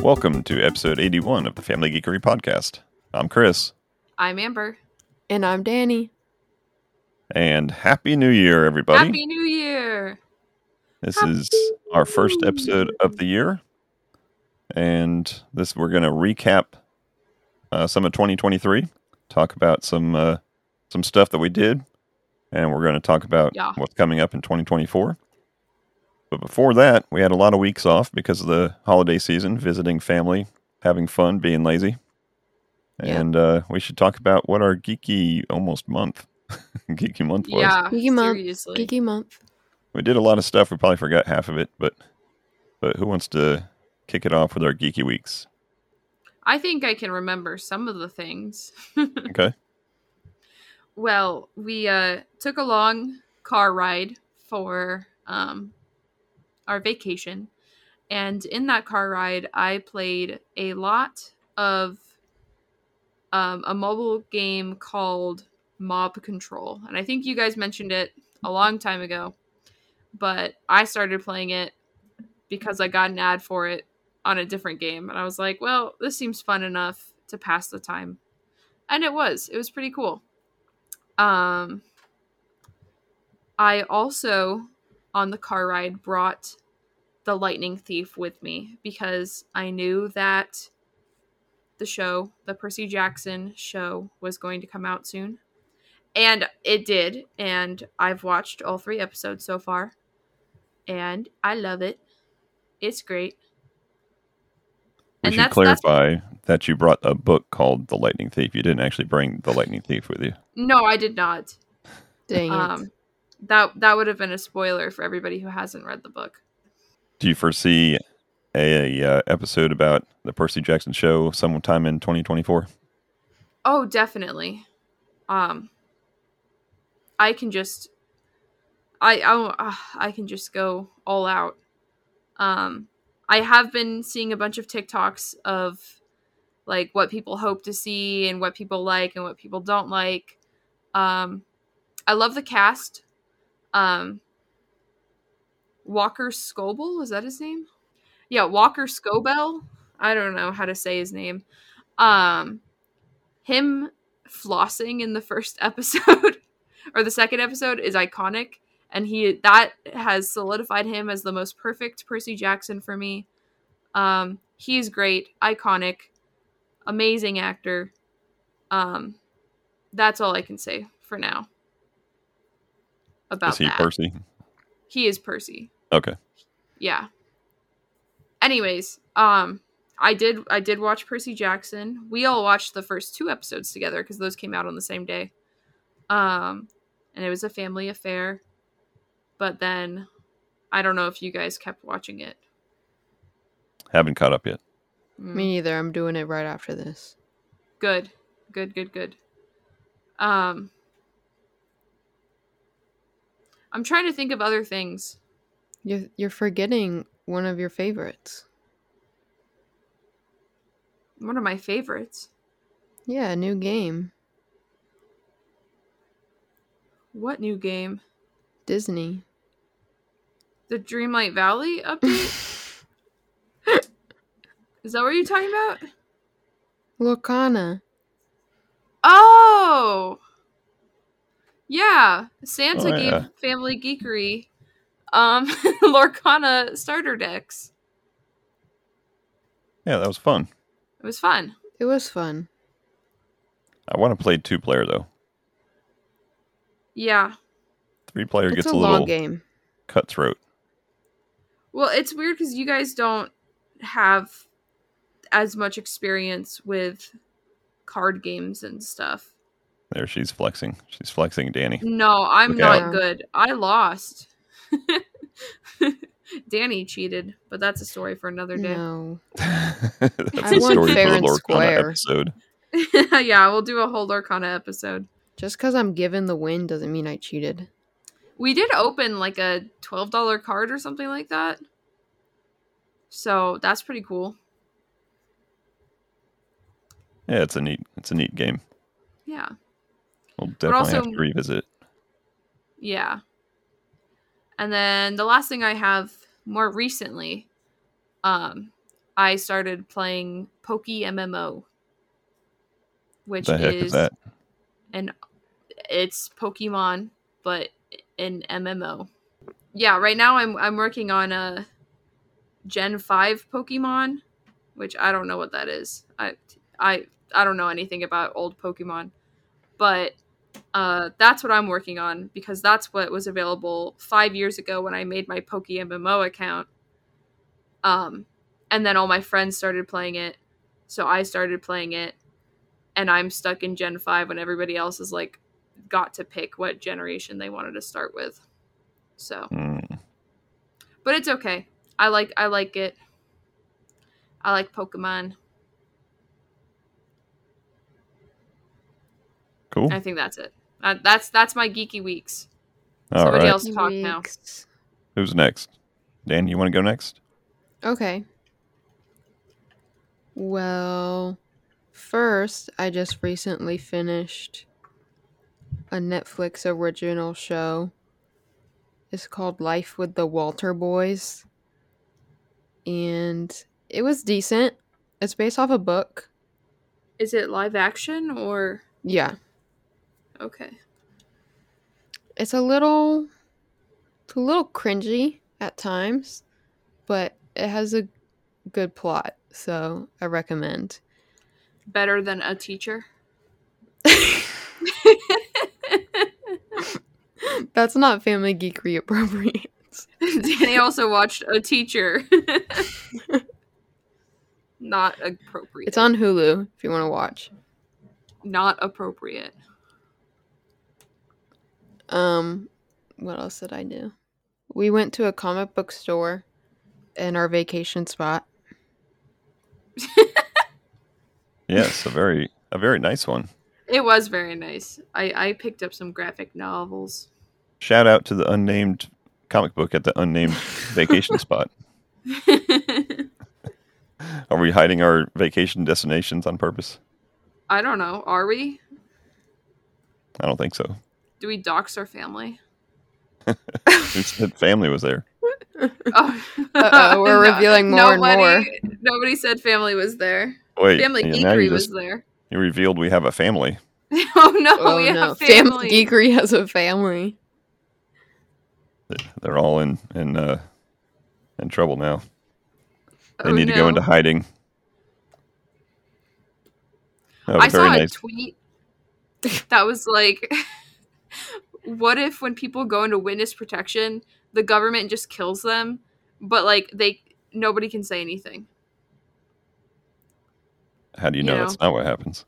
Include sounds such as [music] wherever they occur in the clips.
Welcome to episode 81 of the Family Geekery Podcast. I'm Chris, I'm Amber. And I'm Danny. and Happy New Year, everybody. Happy New Year! this Happy is our first New episode of the year. And this, we're going to recap uh, some of 2023, talk about some, uh, some stuff that we did, and we're going to talk about Yeah. what's coming up in 2024. But before that, we had a lot of weeks off because of the holiday season, visiting family, having fun, being lazy. Yeah. And uh, we should talk about what our geeky almost month, [laughs] geeky month was. Yeah, Geeky month. seriously. Geeky month. We did a lot of stuff. We probably forgot half of it, but but who wants to kick it off with our geeky weeks? I think I can remember some of the things. [laughs] Okay. well, we uh, took a long car ride for um, our vacation, and in that car ride, I played a lot of um, a mobile game called Mob Control, and I think you guys mentioned it a long time ago, but I started playing it because I got an ad for it on a different game, and I was like, "Well, this seems fun enough to pass the time," and it was. It was pretty cool. Um, I also, on the car ride, brought the Lightning Thief with me because I knew that the show, the Percy Jackson show, was going to come out soon. And it did. And I've watched all three episodes so far. And I love it. It's great. We And should that's- that's- clarify that you brought a book called The Lightning Thief. You didn't actually bring The Lightning Thief with you. No, I did not. Dang it. Um, that that would have been a spoiler for everybody who hasn't read the book. Do you foresee a, uh, episode about the Percy Jackson show sometime in 2024? Oh, definitely. Um, I can just, I I won't- ah, I can just go all out. Um, I have been seeing a bunch of TikToks of like what people hope to see and what people like and what people don't like. Um, I love the cast. Um, Walker Scobel is that his name? Yeah, Walker Scobel. I don't know how to say his name. Um, him flossing in the first [laughs] episode or the second episode is iconic and he that has solidified him as the most perfect percy jackson for me um he's great iconic amazing actor um that's all i can say for now about Is he that Percy? he is percy Okay. yeah anyways um i did i did watch percy jackson we all watched the first two episodes together because those came out on the same day um and it was a family affair but then i don't know if you guys kept watching it Haven't caught up yet. Mm, Me neither. I'm doing it right after this. good good good good um i'm trying to think of other things You're, you're forgetting one of your favorites. one of my favorites Yeah, a new game. what new game Disney. the dreamlight valley update [laughs] Is that what you're talking about? Locana. Oh, yeah. Santa Oh, gave yeah. Family Geekery um, [laughs] Lorcana starter decks. Yeah, that was fun. It was fun. It was fun. I want to play two player though. Yeah. Three player it's gets a, a, long little game. cutthroat. Well, it's weird because you guys don't have as much experience with card games and stuff. There, she's flexing. She's flexing, [laughs] Danny. [laughs] No, I'm Look not out. good. I lost. [laughs] Danny cheated, but that's a story for another day. No. That's I the want story fair for the and Lorcana square. episode. [laughs] yeah, we'll do a whole Lorcana episode. Just because I'm given the win doesn't mean I cheated. We did open like a twelve dollar card or something like that. So that's pretty cool. Yeah, it's a neat it's a neat game. Yeah. We'll definitely have also- to revisit. it. Yeah. And then the last thing I have more recently, um, I started playing Pokey MMO, which the heck is is that? it's Pokemon but an MMO. Yeah, right now I'm I'm working on a Gen 5 Pokemon, which I don't know what that is. I I I don't know anything about old Pokemon. But uh, that's what I'm working on because that's what was available five years ago when I made my Poke MMO account. Um, and then all my friends started playing it, so I started playing it, and I'm stuck in Gen Five when everybody else is like got to pick what generation they wanted to start with. So, Mm, but it's okay. I like I like it. I like Pokemon. cool. I think that's it. Uh, that's that's my geeky weeks. All somebody right. else- Let's talk now. Weeks. Who's next? Dan, you want to go next? Okay. Well, first, I just recently finished a Netflix original show. It's called Life with the Walter Boys. And it was decent. It's based off a book. Is it live action or Yeah. okay? It's a little it's a little cringy at times, but it has a good plot, so I recommend. Better than a teacher. [laughs] [laughs] That's not family geekery appropriate. Danny also watched a teacher. [laughs] Not appropriate. It's on Hulu if you want to watch. Not appropriate. Um, what else did I do? We went to a comic book store in our vacation spot. Yes, a very a very nice one. It was very nice. I, I picked up some graphic novels. [laughs] Shout out to the unnamed comic book at the [laughs] unnamed vacation spot. I Are we hiding our vacation destinations on purpose? don't know. Are we? I don't think so. Do we dox our [laughs] family? Who said family was there? Oh, Uh-oh, we're [laughs] revealing more and nobody, and more. Nobody said family was there. Wait, family yeah, now geekery you was just there. [laughs] you revealed we have a family. [laughs] oh no, Oh, we no. have family. Family geekery has a family. They're all in in uh, in trouble now. They Oh, need to no. go into hiding. That was I very saw nice. a tweet that was like, [laughs] "What if when people go into witness protection, the government just kills them, but like they nobody can say anything?" How do you you know know. that's not what happens?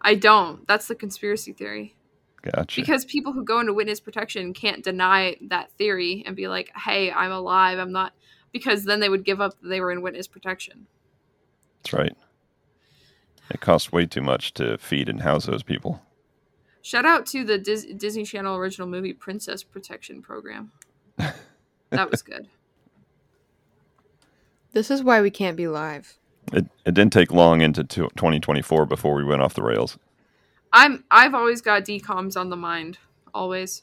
I don't. That's the conspiracy theory Gotcha. because people who go into witness protection can't deny that theory and be like, "Hey, I'm alive. I'm not," because then they would give up that they were in witness protection. that's right. It costs way too much to feed and house those people. Shout out to the Dis- Disney Channel original movie Princess Protection Program. That was good. This is why we can't be live. It, it didn't take long into two- 2024 before we went off the rails. I'm I've always got decoms on the mind. Always.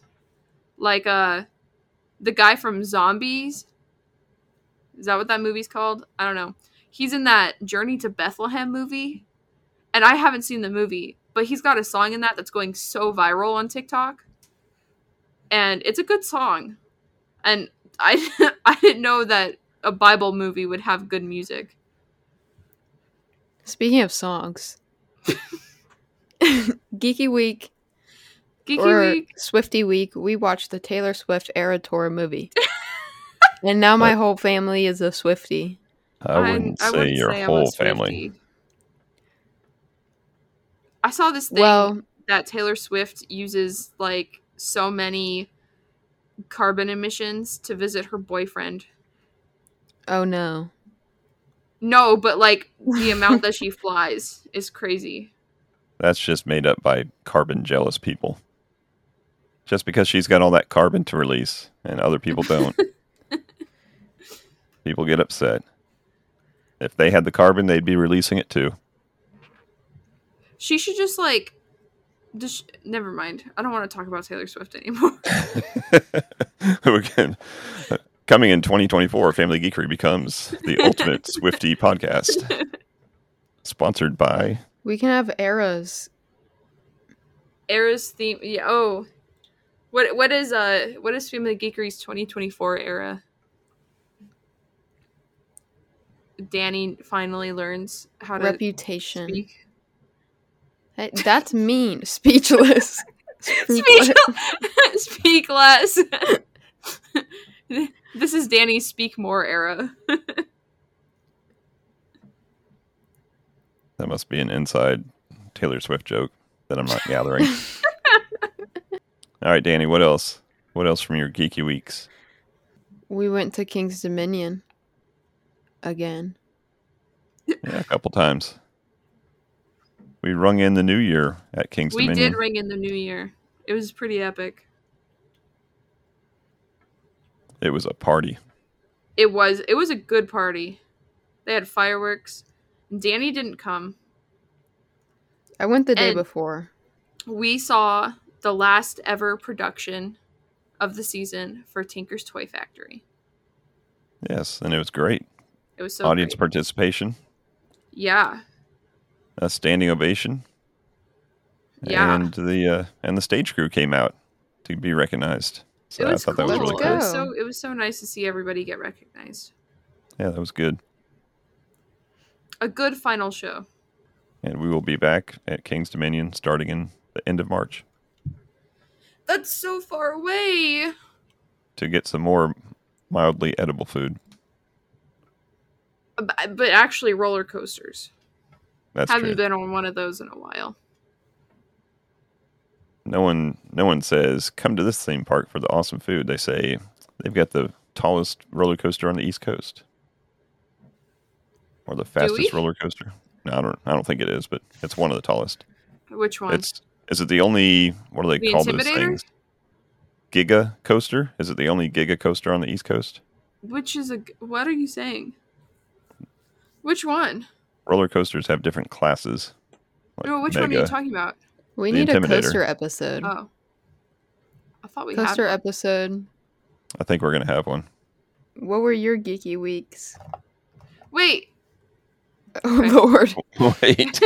Like uh the guy from Zombies. Is that what that movie's called? I don't know. He's in that Journey to Bethlehem movie. And I haven't seen the movie, but he's got a song in that that's going so viral on TikTok. And it's a good song. And [laughs] I I didn't know that a Bible movie would have good music. Speaking of songs, [laughs] [laughs] Geeky Week Geeky or Week. Swifty Week, we watched the Taylor Swift Era [laughs] Tour movie. and now my What? whole family is a Swifty. I wouldn't say your I'm a whole family. Swiftie. I saw this thing Well, that Taylor Swift uses like so many carbon emissions to visit her boyfriend. oh no. No, but like the amount that she flies is crazy. That's just made up by carbon jealous people. Just because she's got all that carbon to release and other people don't, people get upset. If they had the carbon, they'd be releasing it too. She should just like just never [laughs] mind. I don't want to talk about Taylor Swift anymore. We're getting- Coming in 2024, Family Geekery becomes the [laughs] ultimate Swifty podcast, sponsored by We can have eras. Era's theme. Yeah, oh, what what is uh what is Family Geekery's 2024 era? Danny finally learns how to Reputation. speak. Hey, that's mean. [laughs] Speechless. [laughs] Speak, speak less. [laughs] this is Danny's speak more era. that must be an inside Taylor Swift joke that I'm not [laughs] gathering. All right, Danny, what else? What else from your geeky weeks? We went to King's Dominion again. Yeah, a couple times. We rung in the new year at King's we Dominion. did ring in the new year. It was pretty epic. it was a party. It was it was a good party. They had fireworks. Danny didn't come. I went the day And- before. We saw the last ever production of the season for Tinker's Toy Factory. Yes, and it was great. It was so Audience great. participation, yeah. a standing ovation. Yeah. And the uh, and the stage crew came out to be recognized. So It I was thought cool. that was Let's really go. cool. It was so it was so nice to see everybody get recognized. Yeah, that was good. A good final show. And we will be back at King's Dominion starting in the end of March That's so far away. to get some more mildly edible food. But, but actually roller coasters. That's Haven't true. been on one of those in a while. No one no one says come to this theme park for the awesome food. They say they've got the tallest roller coaster on the East Coast. Or the fastest we? roller coaster. No, I don't I don't think it is, but it's one of the tallest. Which one? It's is it the only what do they The call those Intimidator? things? Giga coaster? Is it the only giga coaster on the East Coast? Which is a g- what are you saying? Which one? Roller coasters have different classes. like no, which one are you mega. talking about? We The need a Intimidator. coaster episode. Oh, I thought we coaster had. one. episode. I think we're gonna have one. What were your geeky weeks? [laughs] Wait, [laughs] Oh Okay. Lord. Wait.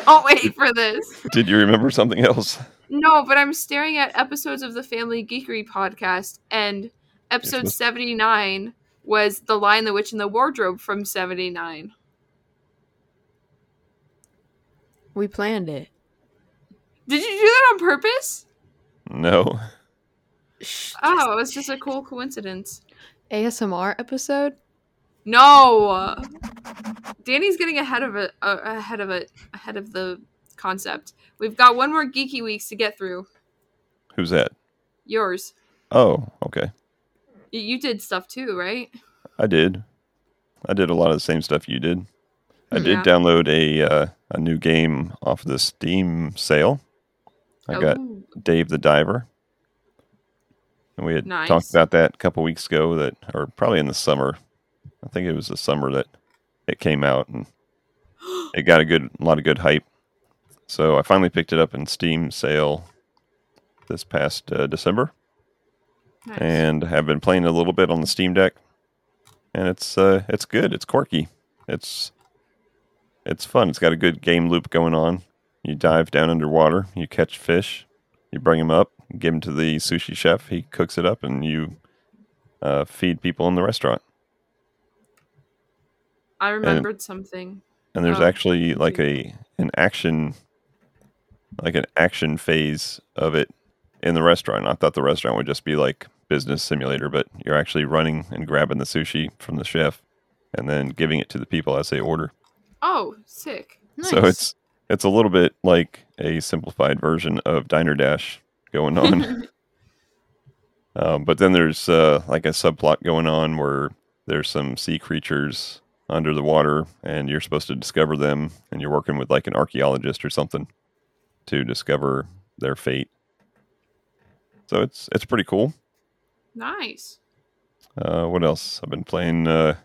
don't wait for this. [laughs] Did you remember something else? No, but I'm staring at episodes of the Family Geekery podcast, and episode was- 79 was the Lion, the Witch, and the Wardrobe from 79. We planned it. Did you do that on purpose? No. Shh, Oh, it's just a cool coincidence. ASMR episode? No, Danny's getting ahead of it. Uh, ahead of it. Ahead of the concept. We've got one more geeky weeks to get through. Who's that? Yours. Oh, okay. Y- You did stuff too, right? I did. I did a lot of the same stuff you did. I did Yeah. download a uh, a new game off the Steam sale. I got Ooh, Dave the Diver. And we had Nice. talked about that a couple weeks ago that or probably in the summer. I think it was the summer that it came out and it got a good a lot of good hype. So I finally picked it up in Steam sale this past uh, December nice. and have been playing a little bit on the Steam Deck, and it's uh, it's good. It's quirky. It's it's fun. It's got a good game loop going on. You dive down underwater. You catch fish. You bring them up. Give them to the sushi chef. He cooks it up, and you uh, feed people in the restaurant. I remembered something. And there's Oh, actually like a see. an action like an action phase of it in the restaurant. I thought the restaurant would just be like business simulator, but you're actually running and grabbing the sushi from the chef and then giving it to the people as they order. Oh, sick. Nice. So it's it's a little bit like a simplified version of Diner Dash going on. um, but then there's uh, like a subplot going on where there's some sea creatures under the water, and you're supposed to discover them, and you're working with like an archaeologist or something to discover their fate. So it's it's pretty cool. Nice. Uh, what else? I've been playing uh,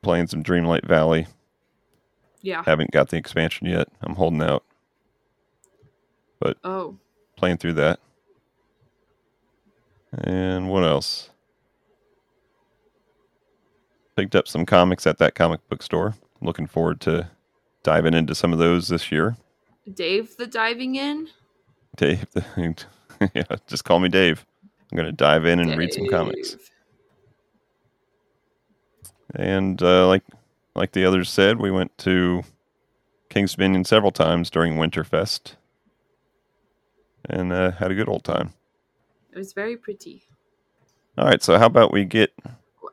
playing some Dreamlight Valley. Yeah. haven't got the expansion yet. I'm holding out, Oh, playing through that. And what else? Picked up some comics at that comic book store. Looking forward to diving into some of those this year. [laughs] Dave the diving in. Dave, [laughs] yeah, just call me Dave. I'm going to dive in and read some comics. Dave. And uh, like like the others said, we went to King's Dominion several times during Winterfest, and uh, had a good old time. It was very pretty. All right, so how about we get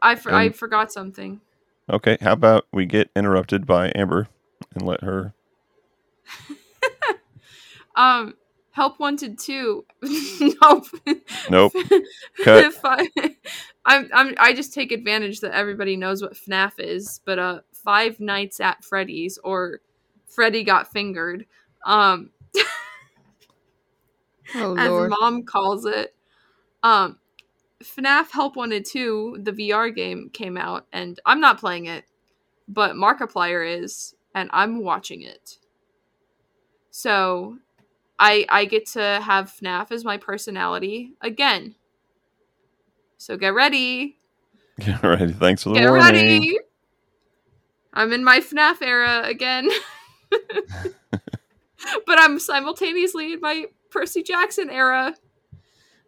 I, for- I And- forgot something. okay? How about we get interrupted by Amber and let [laughs] her? Um, help wanted two. [laughs] nope. [laughs] Nope. Cut. [laughs] If I, I'm, I'm, I just take advantage that everybody knows what FNAF is, but uh, Five Nights at Freddy's or Freddy Got Fingered, um, Oh as lord. mom calls it. Um, FNAF Help Wanted 2, the VR game, came out, and I'm not playing it, but Markiplier is, and I'm watching it. So I I get to have FNAF as my personality again. So get ready. All right, thanks for the Get warning. ready. I'm in my FNAF era again. [laughs] but I'm simultaneously in my Percy Jackson era.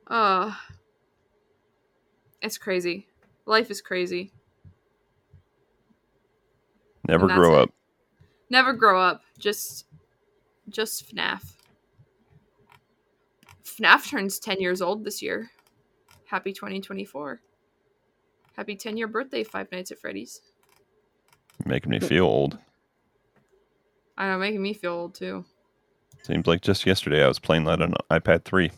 Uh It's crazy. Life is crazy. Never and that's grow it. up. Never grow up. Just just FNAF. FNAF turns 10 years old this year. Happy 2024. Happy 10 year birthday, Five Nights at Freddy's. Making me feel old. I know, making me feel old too. Seems like just yesterday I was playing that on iPad 3.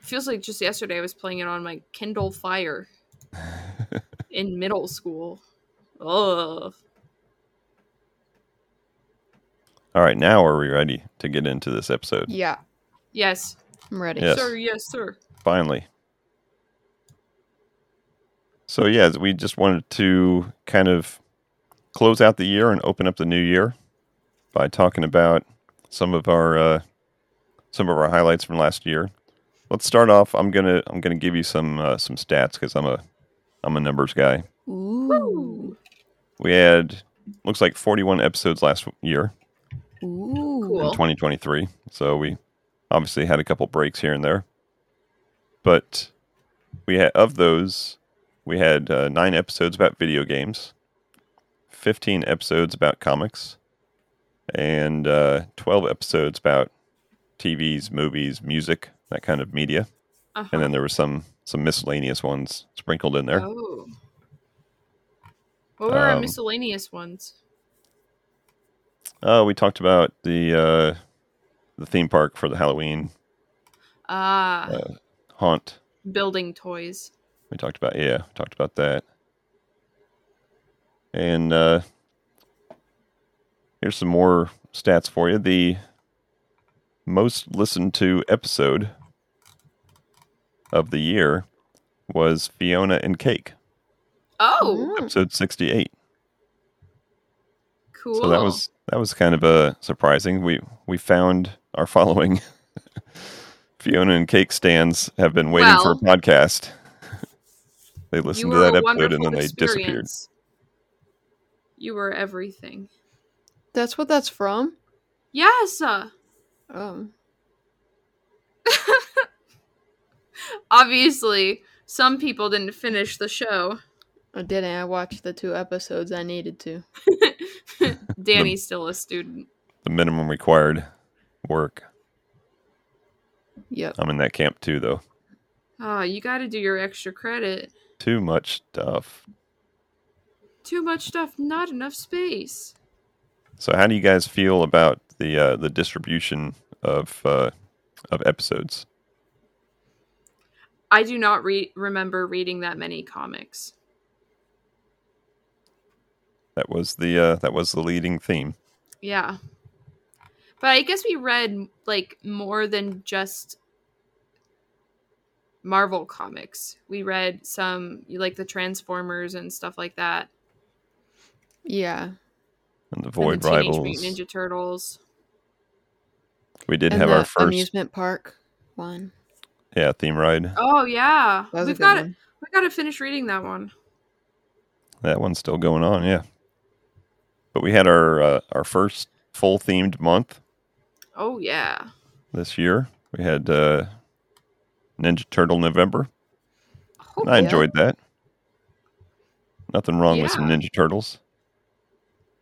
feels like just yesterday I was playing it on my Kindle Fire in middle school. Ugh. [laughs] All right, now are we ready to get into this episode? Yeah, Yes. I'm ready. Yes. Sir, yes, sir. Finally. So, yeah, we just wanted to kind of close out the year and open up the new year by talking about some of our uh, some of our highlights from last year. Let's start off. I'm gonna I'm gonna give you some uh, some stats because I'm a I'm a numbers guy. Ooh. Woo. We had looks like 41 episodes last year. Ooh. in Cool. 2023. So we obviously had a couple breaks here and there, but we had of those, we had uh, nine episodes about video games, 15 episodes about comics, and uh, 12 episodes about TVs, movies, music, that kind of media. Uh-huh. And then there were some some miscellaneous ones sprinkled in there. Oh. What were our Um, miscellaneous ones? Uh, we talked about the uh, the theme park for the Halloween Ah, uh, haunt building toys. We talked about yeah, we talked about that. And uh, here's some more stats for you. The most listened to episode of the year was Fiona and Cake, Oh, Mm. episode 68. cool. So that was that was kind of uh, surprising. We we found our following. [laughs] Fiona and Cake stands have been waiting for a podcast. [laughs] they listened to were that a episode and wonderful then they disappeared. experience. You were everything. That's what that's from. Yes. uh, Oh, obviously, some people didn't finish [laughs] the show. I didn't. I watched the two episodes I needed to. Danny's still a student. the minimum required work. Yep. I'm in that camp too, though. Ah, you got to do your extra credit. Too much stuff. Too much stuff, not enough space. So, how do you guys feel about the uh, the distribution of uh, of episodes? I do not re- remember reading that many comics. That was the uh, that was the leading theme. Yeah. But I guess we read like more than just Marvel comics. We read some like the Transformers and stuff like that. Yeah. And the and Void the Teenage Rivals. Mutant Ninja Turtles. We did and have the our first amusement park one. Yeah, theme ride. Oh yeah, That was we've a good got to one. we got to finish reading that one. That one's still going on, yeah. But we had our uh, our first full themed month Oh yeah, this year. We had uh, Ninja Turtle November. oh, and I yeah. enjoyed that. Nothing wrong with some Yeah. Ninja Turtles.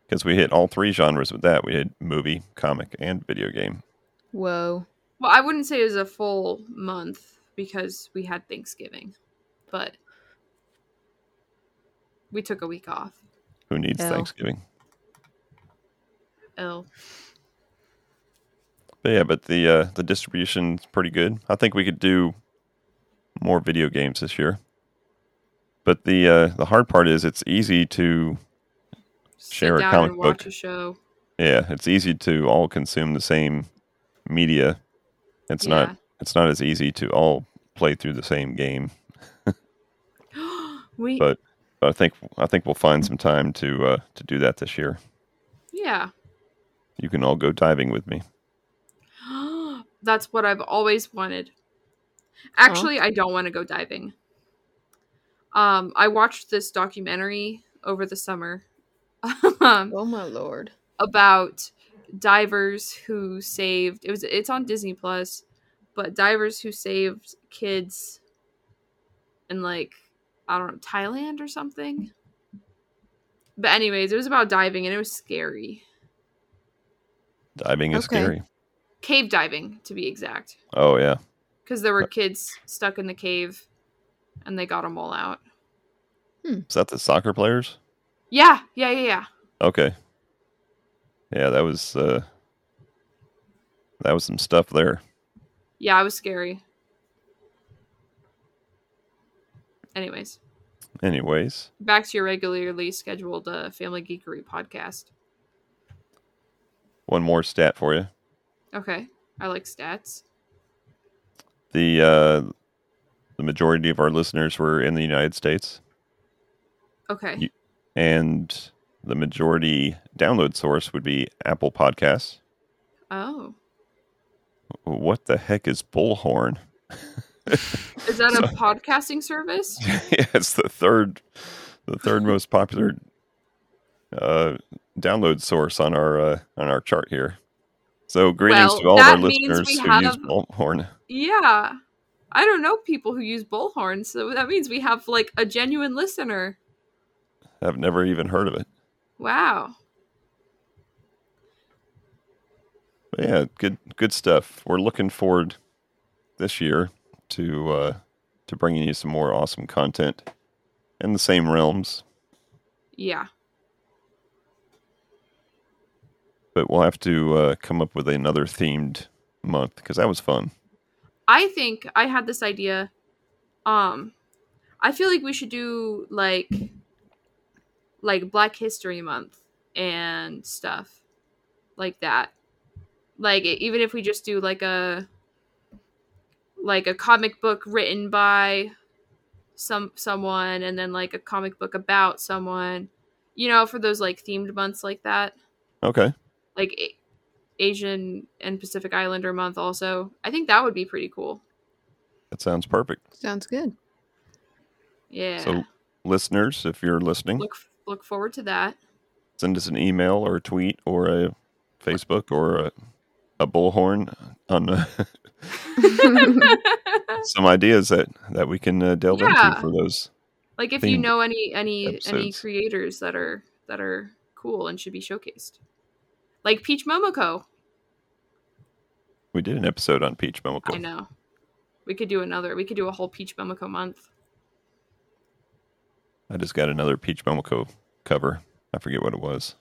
Because we hit all three genres with that. We hit movie, comic, and video game. Whoa. Well, I wouldn't say it was a full month because we had Thanksgiving, but we took a week off. Who needs Ew. Thanksgiving? Oh, But yeah, but the uh, the distribution's pretty good. I think we could do more video games this year. But the uh, the hard part is it's easy to Share a sit down comic and watch book. a show. yeah, it's easy to all consume the same media. It's not it's not as easy to all play through the same game. not. [gasps] we But- But I think I think we'll find some time to uh, to do that this year. yeah, [gasps] You can all go diving with me. that's what I've always wanted. Actually, I don't want to go diving. Um, I watched this documentary over the summer. [laughs] um, Oh my lord. about divers who saved it was it's on Disney Plus, but divers who saved kids in like I don't know Thailand or something. But anyways, it was about diving and it was scary. Diving is Okay. scary. Cave diving to be exact, Oh yeah. cuz there were kids stuck in the cave and they got them all out. Is that the soccer players? Yeah, yeah, yeah, yeah. Okay. Yeah, that was uh that was some stuff there. Yeah, it was scary. Anyways, Anyways, back to your regularly scheduled uh, Family Geekery podcast. one more stat for you. Okay, I like stats. The uh the majority of our listeners were in the United States Okay, You- and the majority download source would be Apple Podcasts. oh, What the heck is Bullhorn? is that a podcasting service? [laughs] yeah, it's the third the third most popular uh download source on our uh, on our chart here. So greetings Well, to all of our that means listeners we who use have- Bullhorn. Yeah, I don't know people who use bullhorns, so that means we have like a genuine listener. I've never even heard of it. Wow. But yeah, good good stuff. We're looking forward this year to uh, to bringing you some more awesome content in the same realms, Yeah. but we'll have to uh, come up with another themed month because that was fun. I think I had this idea. Um, I feel like we should do like, like Black History Month and stuff like that. Like e- even if we just do like a, like a comic book written by some someone, and then like a comic book about someone, you know, for those like themed months like that Okay, like A- Asian and Pacific Islander month also. I think that would be pretty cool. that sounds perfect. [laughs] Sounds good. Yeah. So, listeners, if you're listening, look look forward to that. send us an email or a tweet or a Facebook or a, a bullhorn on [laughs] uh, [laughs] some ideas that that we can uh, delve Yeah. into for those. like if you Themed know any any any episodes. creators that are that are cool and should be showcased. Like Peach Momoko. We did an episode on Peach I Momoko. know. We could do another. We could do a whole Peach Momoko month. I just got another Peach Momoko cover. I forget what it was.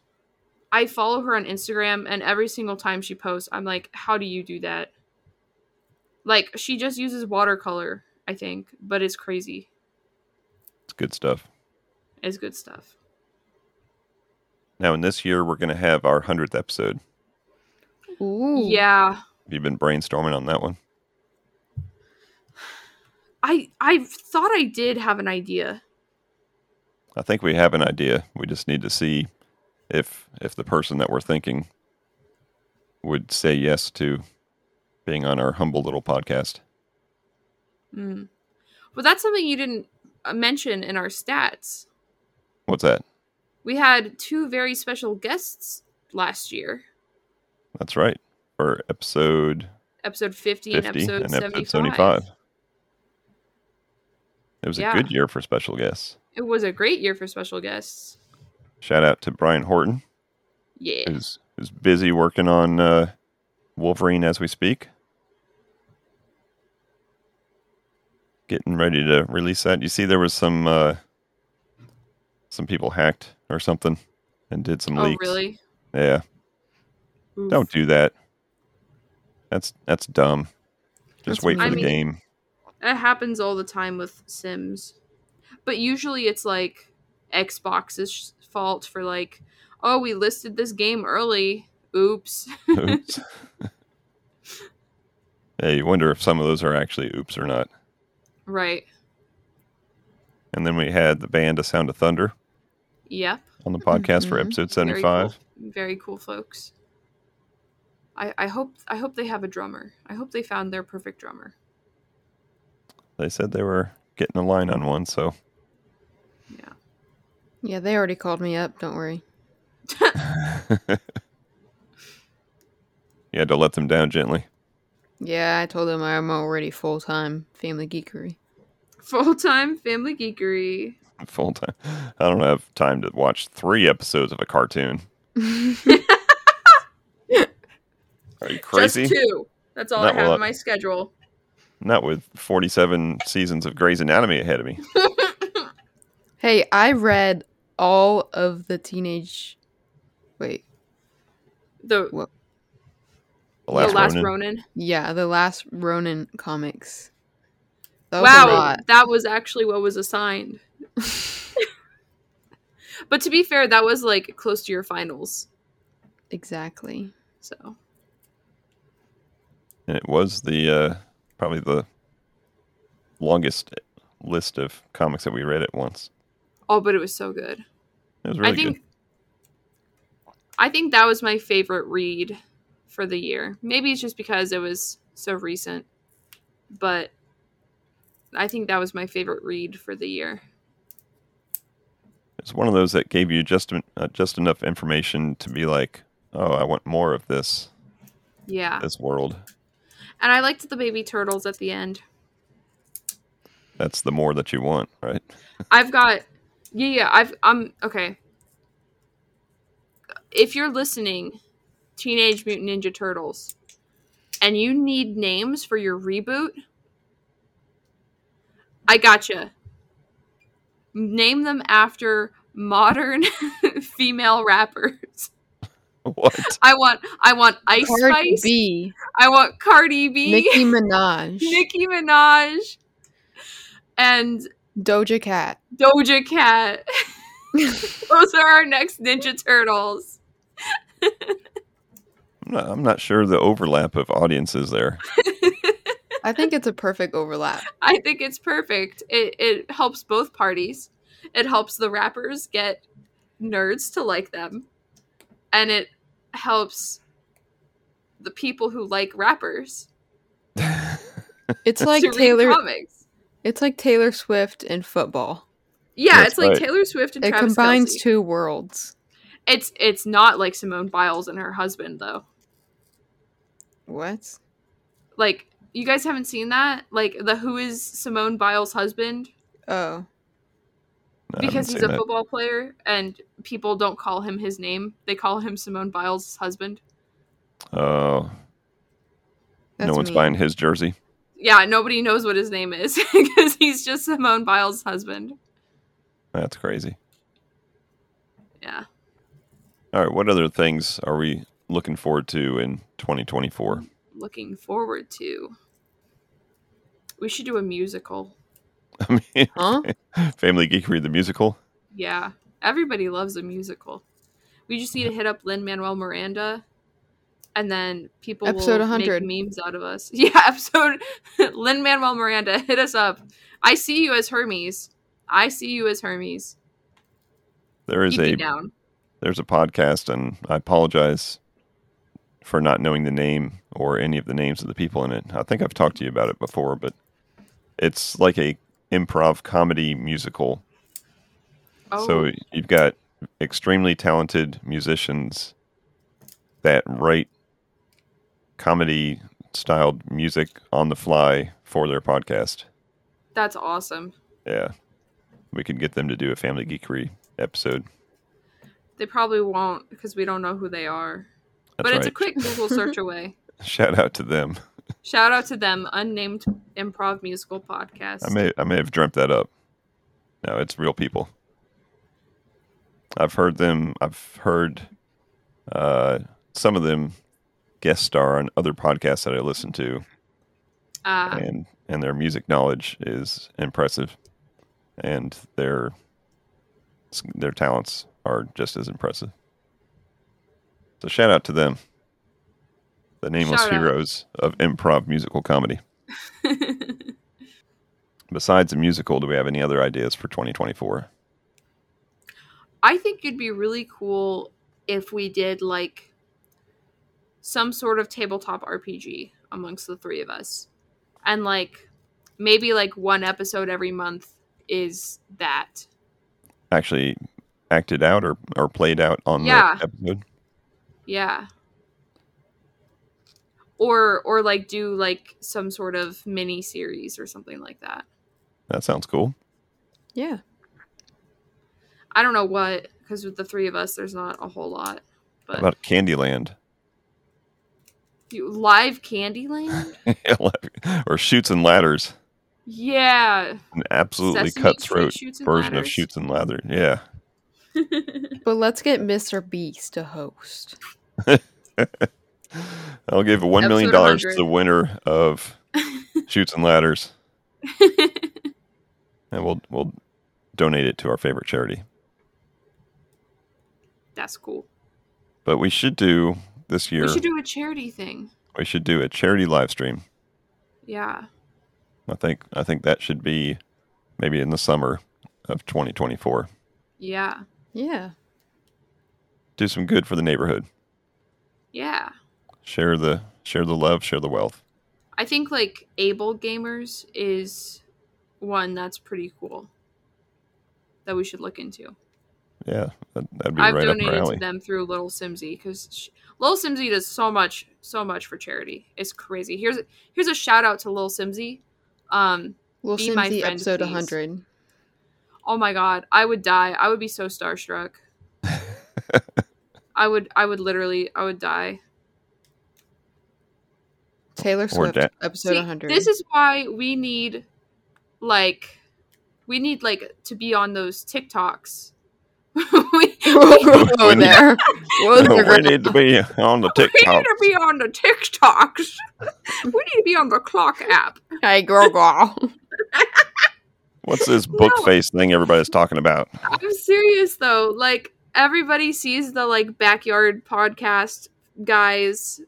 I follow her on Instagram and every single time she posts, I'm like, how do you do that? Like she just uses watercolor, I think, but it's crazy. It's good stuff. It's good stuff. Now, in this year, we're going to have our 100th episode. Ooh. Yeah. Have you been brainstorming on that one? I I thought I did have an idea. I think we have an idea. We just need to see if if the person that we're thinking would say yes to being on our humble little podcast. Mm. Well, that's something you didn't uh, mention in our stats. What's that? We had two very special guests last year, That's right. For episode episode 50 50, and episode and 75. episode 75. It was Yeah. a good year for special guests. It was a great year for special guests. Shout out to Brian Horton, Yeah. who's, who's busy working on uh, Wolverine as we speak. Getting ready to release that. You see, there was some uh, some people hacked or something and did some Oh, leaks. really? Yeah. Oof. Don't do that. That's that's dumb. Just That's wait for mean. the I mean- game. It happens all the time with Sims. But usually it's like Xbox's fault for like, oh, we listed this game early. Oops. [laughs] Oops. [laughs] yeah, you wonder if some of those are actually oops or not. Right. And then we had the band A Sound of Thunder Yep. on the podcast for Mhm. episode Mm-hmm. Very cool- 75. Very cool folks. I, I hope I hope they have a drummer. I hope they found their perfect drummer. [laughs] They said they were getting a line on one, so [laughs] Yeah. Yeah, they already called me up. Don't worry. you had to let them down gently. Yeah, I told them I'm already full time family geekery. [laughs] Full time family geekery. Full time. I don't have time to watch three episodes of a cartoon. Are you crazy? Just two. That's all Not I have what- on my schedule. Not with 47 seasons of Grey's Anatomy ahead of me. hey, I read all of the teenage. Wait, The What? The the last, last, Ronin. Ronin. yeah, the last Ronin comics. That was a Wow, lot. that was actually what was assigned. [laughs] but to be fair, that was like close to your finals. Exactly. So And it was the uh, probably the longest list of comics that we read at once. oh, but it was so good. It was really I think good. I think that was my favorite read for the year. Maybe it's just because it was so recent, but I think that was my favorite read for the year. It's one of those that gave you just en- uh, just enough information to be like, oh, I want more of this Yeah. this world. And I liked the baby turtles at the end. That's the more that you want, [laughs] right? I've got yeah, yeah, I've I'm okay. If you're listening, Teenage Mutant Ninja Turtles, and you need names for your reboot, I gotcha. Name them after modern [laughs] female rappers. what? I want I want Ice Cardi Spice. B, I want Cardi B, Nicki, [laughs] Nicki Minaj, Minaj, and Doja Cat. Doja [laughs] Cat. Those are our next Ninja Turtles. I'm not, I'm not sure the overlap of audiences there. [laughs] I think it's a perfect overlap. I think it's perfect. It, it helps both parties. It helps the rappers get nerds to like them, and it helps the people who like rappers It's like to read Taylor. comics. It's like Taylor Swift and football. Yeah, That's it's like right. Taylor Swift and it Travis combines Kelce. two worlds. It's it's not like Simone Biles and her husband though. What? Like you guys haven't seen that? Like the who is Simone Biles' husband? No, Oh, I haven't because he's seen a that. football player and people don't call him his name they call him simone biles' husband Oh, that's no one's mean. buying his jersey. yeah nobody knows what his name is [laughs] because he's just simone biles' husband That's crazy. yeah All right, what other things are we looking forward to in 2024? looking forward to we should do a musical [laughs] I mean, Huh? Family Geekery the musical. yeah everybody loves a musical we just need to hit up lynn manuel miranda and then people Episode will 100. make memes out of us [laughs] yeah episode lynn manuel miranda hit us up i see you as hermes i see you as hermes There is Keep me a down. there's a podcast, and I apologize for not knowing the name or any of the names of the people in it. I think I've talked to you about it before, but It's like a improv comedy musical. Oh. So you've got extremely talented musicians that write comedy styled music on the fly for their podcast. that's awesome. Yeah. We could get them to do a family geekery episode. They probably won't because we don't know who they are. That's but right. it's a quick Google search away. [laughs] Shout out to them. Shout out to them, unnamed improv musical podcast. I may I may have dreamt that up. No, it's real people. I've heard them. I've heard uh, some of them guest star on other podcasts that I listen to, uh, [laughs] and and their music knowledge is impressive, and their their talents are just as impressive. So shout out to them, the nameless Shout out. heroes of improv musical comedy. Besides a musical, do we have any other ideas for 2024? I think it'd be really cool if we did like some sort of tabletop RPG amongst the three of us. And like maybe like one episode every month is that. actually acted out or, or played out on Yeah. the episode. Yeah. Or or like do like some sort of mini series or something like that. That sounds cool. Yeah. I don't know what because with the three of us there's not a whole lot. How But about Candyland [laughs] you, live [laughs] Candyland? or Shoots and Ladders? yeah. An absolutely Sesame Street cutthroat Shoots and version of Ladders. Shoots and Ladders. Yeah, But let's get Mr. Beast to host. I'll give one million Episode dollars to 100. the winner [laughs] of Shoots and Ladders, and we'll we'll donate it to our favorite charity. [laughs] That's cool. But we should do this year. We should do a charity thing. we should do a charity live stream. Yeah. I think I think that should be maybe in the summer of 2024. Yeah. Yeah. Do some good for the neighborhood. Yeah. share the share the love share the wealth I think like Able Gamers is one that's pretty cool that we should look into. yeah that, that'd be I've right up our donated alley to them through Little Simsy because sh- Little Simsy does so much, so much for charity. It's crazy. Here's here's a shout out to Little Simsy. Um, We'll Be send my the friend, episode please. 100. oh my god, I would die. I would be so [laughs] starstruck. I would I would literally I would die. Taylor Swift da- episode See, 100. This [laughs] is why we need like we need like to be on those TikToks. [laughs] we, we'll we go need- [laughs] there. We'll go we there. need to be on the [laughs] need tiktok to be on the TikToks. [laughs] we need to be on the clock app. [laughs] Hey, girl, girl. [laughs] what's this book No. face thing everybody's talking about I'm serious though. Like everybody sees the like backyard podcast guys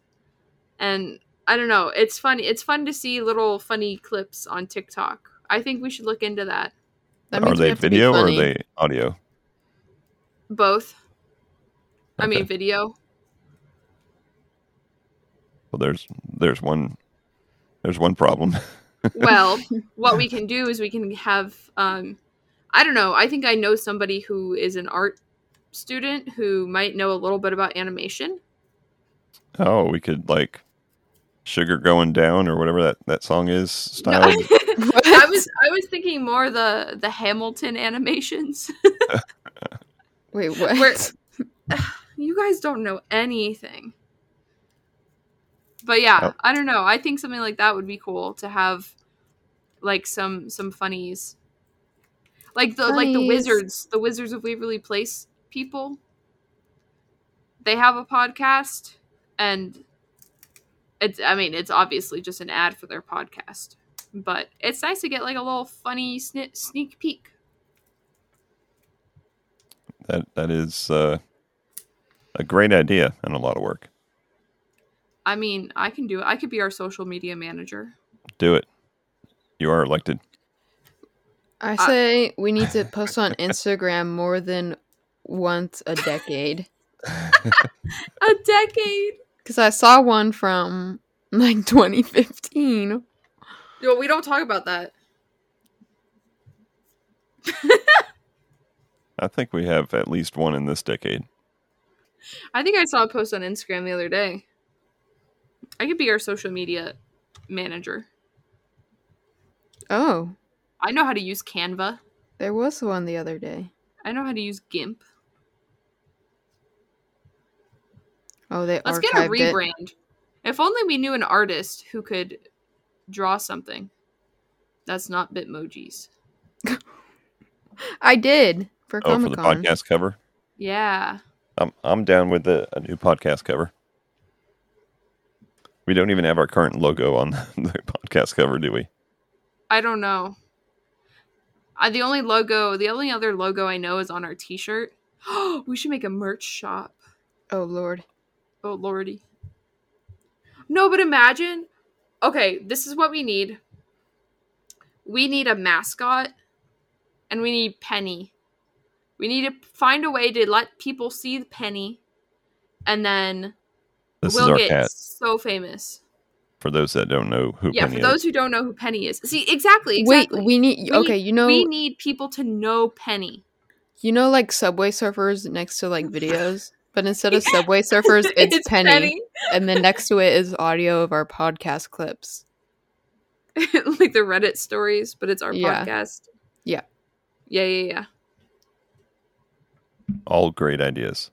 and I don't know. It's funny. It's fun to see little funny clips on TikTok. I think we should look into that. That are means we they have to be video or are funny. [laughs] they audio okay. Both. I mean video. well there's there's one there's one problem [laughs] well what we can do is we can have um i don't know i think i know somebody who is an art student who might know a little bit about animation oh we could like sugar going down or whatever that that song is No, style [laughs] [laughs] What? i was i was thinking more the the hamilton animations [laughs] Wait, what? We're- you guys don't know anything but yeah Nope. i don't know i think something like that would be cool to have like some some funnies like the like the Funnies. wizards the wizards of waverly place people they have a podcast and it's i mean it's obviously just an ad for their podcast but it's nice to get like a little funny sni- sneak peek that that is uh, a great idea and a lot of work i mean i can do it i could be our social media manager do it you are elected I I- say we need to post on Instagram more than once a decade. a decade Because I saw one from like [laughs] 2015. Well, we don't talk about that. I think we have at least one in this decade. I think I saw a post on Instagram the other day. I could be our social media manager. Oh, I know how to use Canva. there was one the other day. I know how to use GIMP. Oh, they Let's archived get a it. rebrand. If only we knew an artist who could draw something. That's not Bitmojis. I did for Oh, for Comic the Con. podcast cover, Yeah. I'm I'm down with the, a new podcast cover. We don't even have our current logo on [laughs] the podcast cover, do we? I don't know. I, the only logo, the only other logo I know is on our T-shirt. [gasps] we should make a merch shop. Oh lord. Oh lordy. No, but imagine. Okay, this is what we need. We need a mascot, and we need Penny. We need to find a way to let people see the Penny, and then This we'll is our get cat. so famous. For those that don't know who yeah, Penny for is. those who don't know who Penny is, see exactly. exactly. Wait, we need. We okay, you know, we need people to know Penny. you know, like Subway Surfers next to like videos, but [laughs] instead of Subway Surfers, it's, Penny, and then next to it is audio of our [laughs] podcast clips. [laughs] like the Reddit stories, but it's our Yeah. podcast. Yeah. Yeah, yeah, yeah. All great ideas.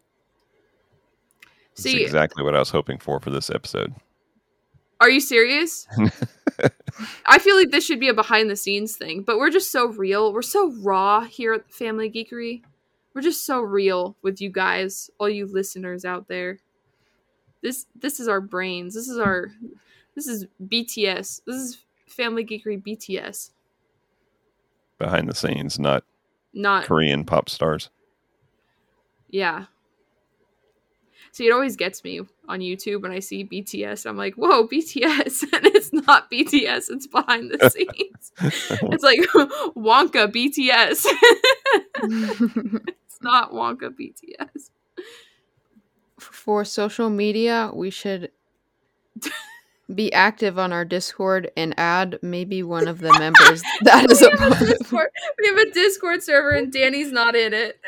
That's See, exactly what I was hoping for for this episode. are you serious? I feel like this should be a behind the scenes thing, but we're just so real. We're so raw here at Family Geekery. We're just so real with you guys, all you listeners out there. This this is our brains. This is our this is BTS. This is Family Geekery BTS. Behind the scenes, not Not Korean pop stars. Yeah. See, it always gets me on YouTube when I see BTS. I'm like, whoa, BTS. [laughs] And it's not BTS, it's behind the [laughs] scenes. it's like [laughs] Wonka [laughs] BTS. it's not Wonka BTS. for social media, we should be active on our Discord and add maybe one [laughs] of the members. that is we, a have a [laughs] Discord, we have a Discord server and Danny's not in it.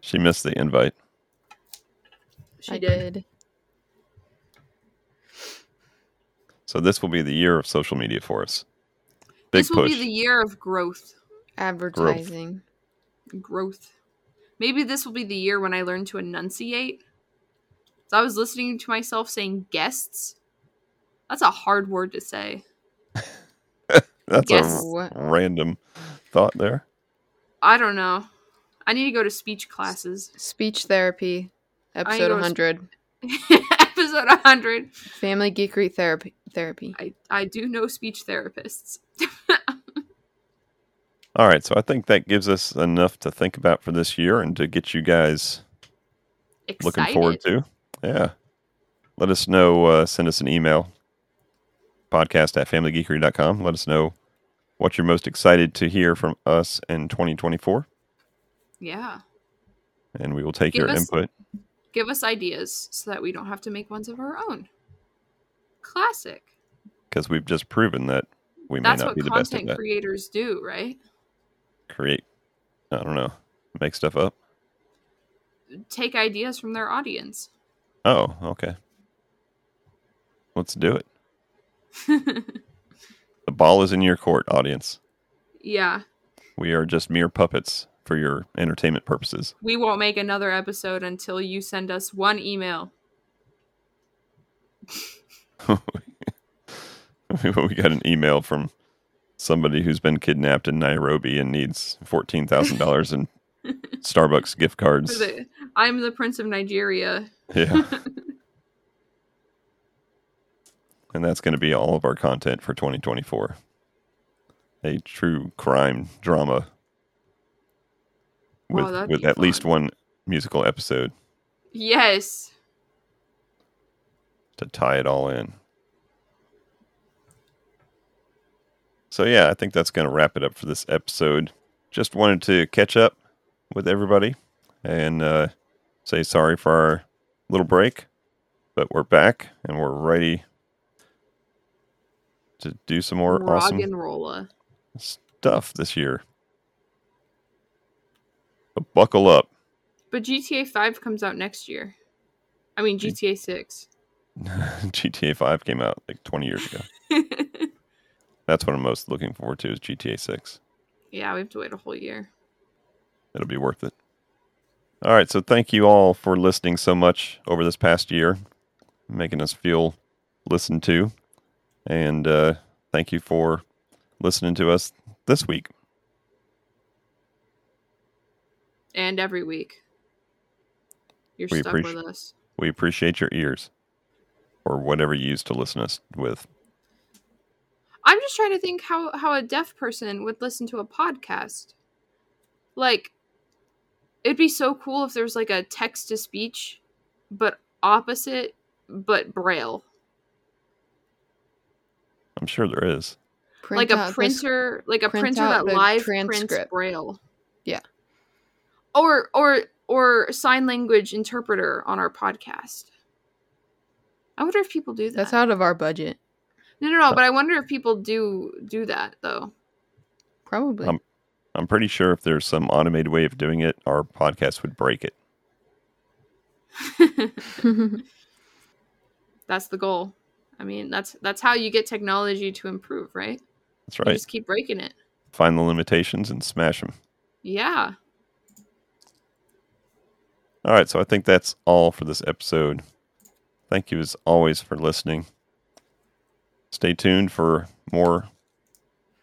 She missed the invite. She I did. did. So this will be the year of social media for us. Big This will push. be the year of growth. advertising. growth. Maybe this will be the year when I learn to enunciate. So I was listening to myself saying guests. That's a hard word to say. That's Yes. a What? random thought there. I don't know. I need to go to speech classes. [laughs] Speech therapy, episode go to sp- 100. Episode 100. Family geekery therapy. Therapy. I, I do know speech therapists. All right, so I think that gives us enough to think about for this year and to get you guys Excited. looking forward to. Yeah. Let us know, uh, send us an email, podcast at familygeekery.com. Let us know what you're most excited to hear from us in 2024, Yeah. and we will take Give your us- input. Give us ideas so that we don't have to make ones of our own. Classic. because we've just proven that we may That's not what be the best at content that. creators do, right? Create, I don't know, make stuff up. Take ideas from their audience. [laughs] Oh, okay. Let's do it. The ball is in your court, audience. yeah. We are just mere puppets for your entertainment purposes. We won't make another episode until you send us one email. [laughs] we got an email from somebody who's been kidnapped in Nairobi and needs fourteen thousand dollars [laughs] in Starbucks gift For cards. the- I'm the Prince of Nigeria. [laughs] Yeah. and that's going to be all of our content for 2024. A true crime drama Oh, with, that'd with be at least fun. one musical episode Yes. to tie it all in. So, yeah, I think that's going to wrap it up for this episode. Just wanted to catch up with everybody and uh, say sorry for our little break, but we're back and we're ready to do some more Rock awesome and rolla. stuff this year. But buckle up. But GTA 5 comes out next year. I mean, GTA 6. [laughs] GTA 5 came out like 20 years ago. That's what I'm most looking forward to is GTA 6. yeah, we have to wait a whole year. It'll be worth it. All right, so thank you all for listening so much over this past year, making us feel listened to. And uh, thank you for listening to us this week. And every week. You're We stuck appreciate- with us. We appreciate your ears or whatever you use to listen us with. I'm just trying to think how how a deaf person would listen to a podcast. Like it'd be so cool if there's like a text to speech but opposite but braille. I'm sure there is. Print like out a this- printer, like a print printer out that the live prints transcript. braille. Yeah. Or or or sign language interpreter on our podcast. I wonder if people do that. That's Oh. out of our budget, no, no, no. But I wonder if people do do that [laughs] though. probably. Um, I'm pretty sure if there's some automated way of doing it, our podcast would break it. [laughs] that's the goal. I mean, that's that's how you get technology to improve, right? That's You right. just keep breaking it. Find the limitations and smash them. Yeah. All right, so I think that's all for this episode. Thank you as always for listening. Stay tuned for more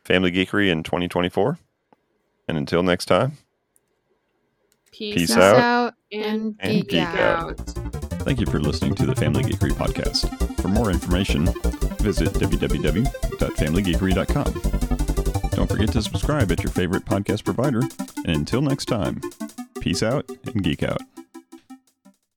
Family Geekery in 2024. And until next time, Peace, Peace Peace out. out and and, and geek geek out. out. out. thank you for listening to the Family Geekery podcast. For more information, visit www.familygeekery.com. Don't forget to subscribe at your favorite podcast provider. And until next time, peace out and geek out.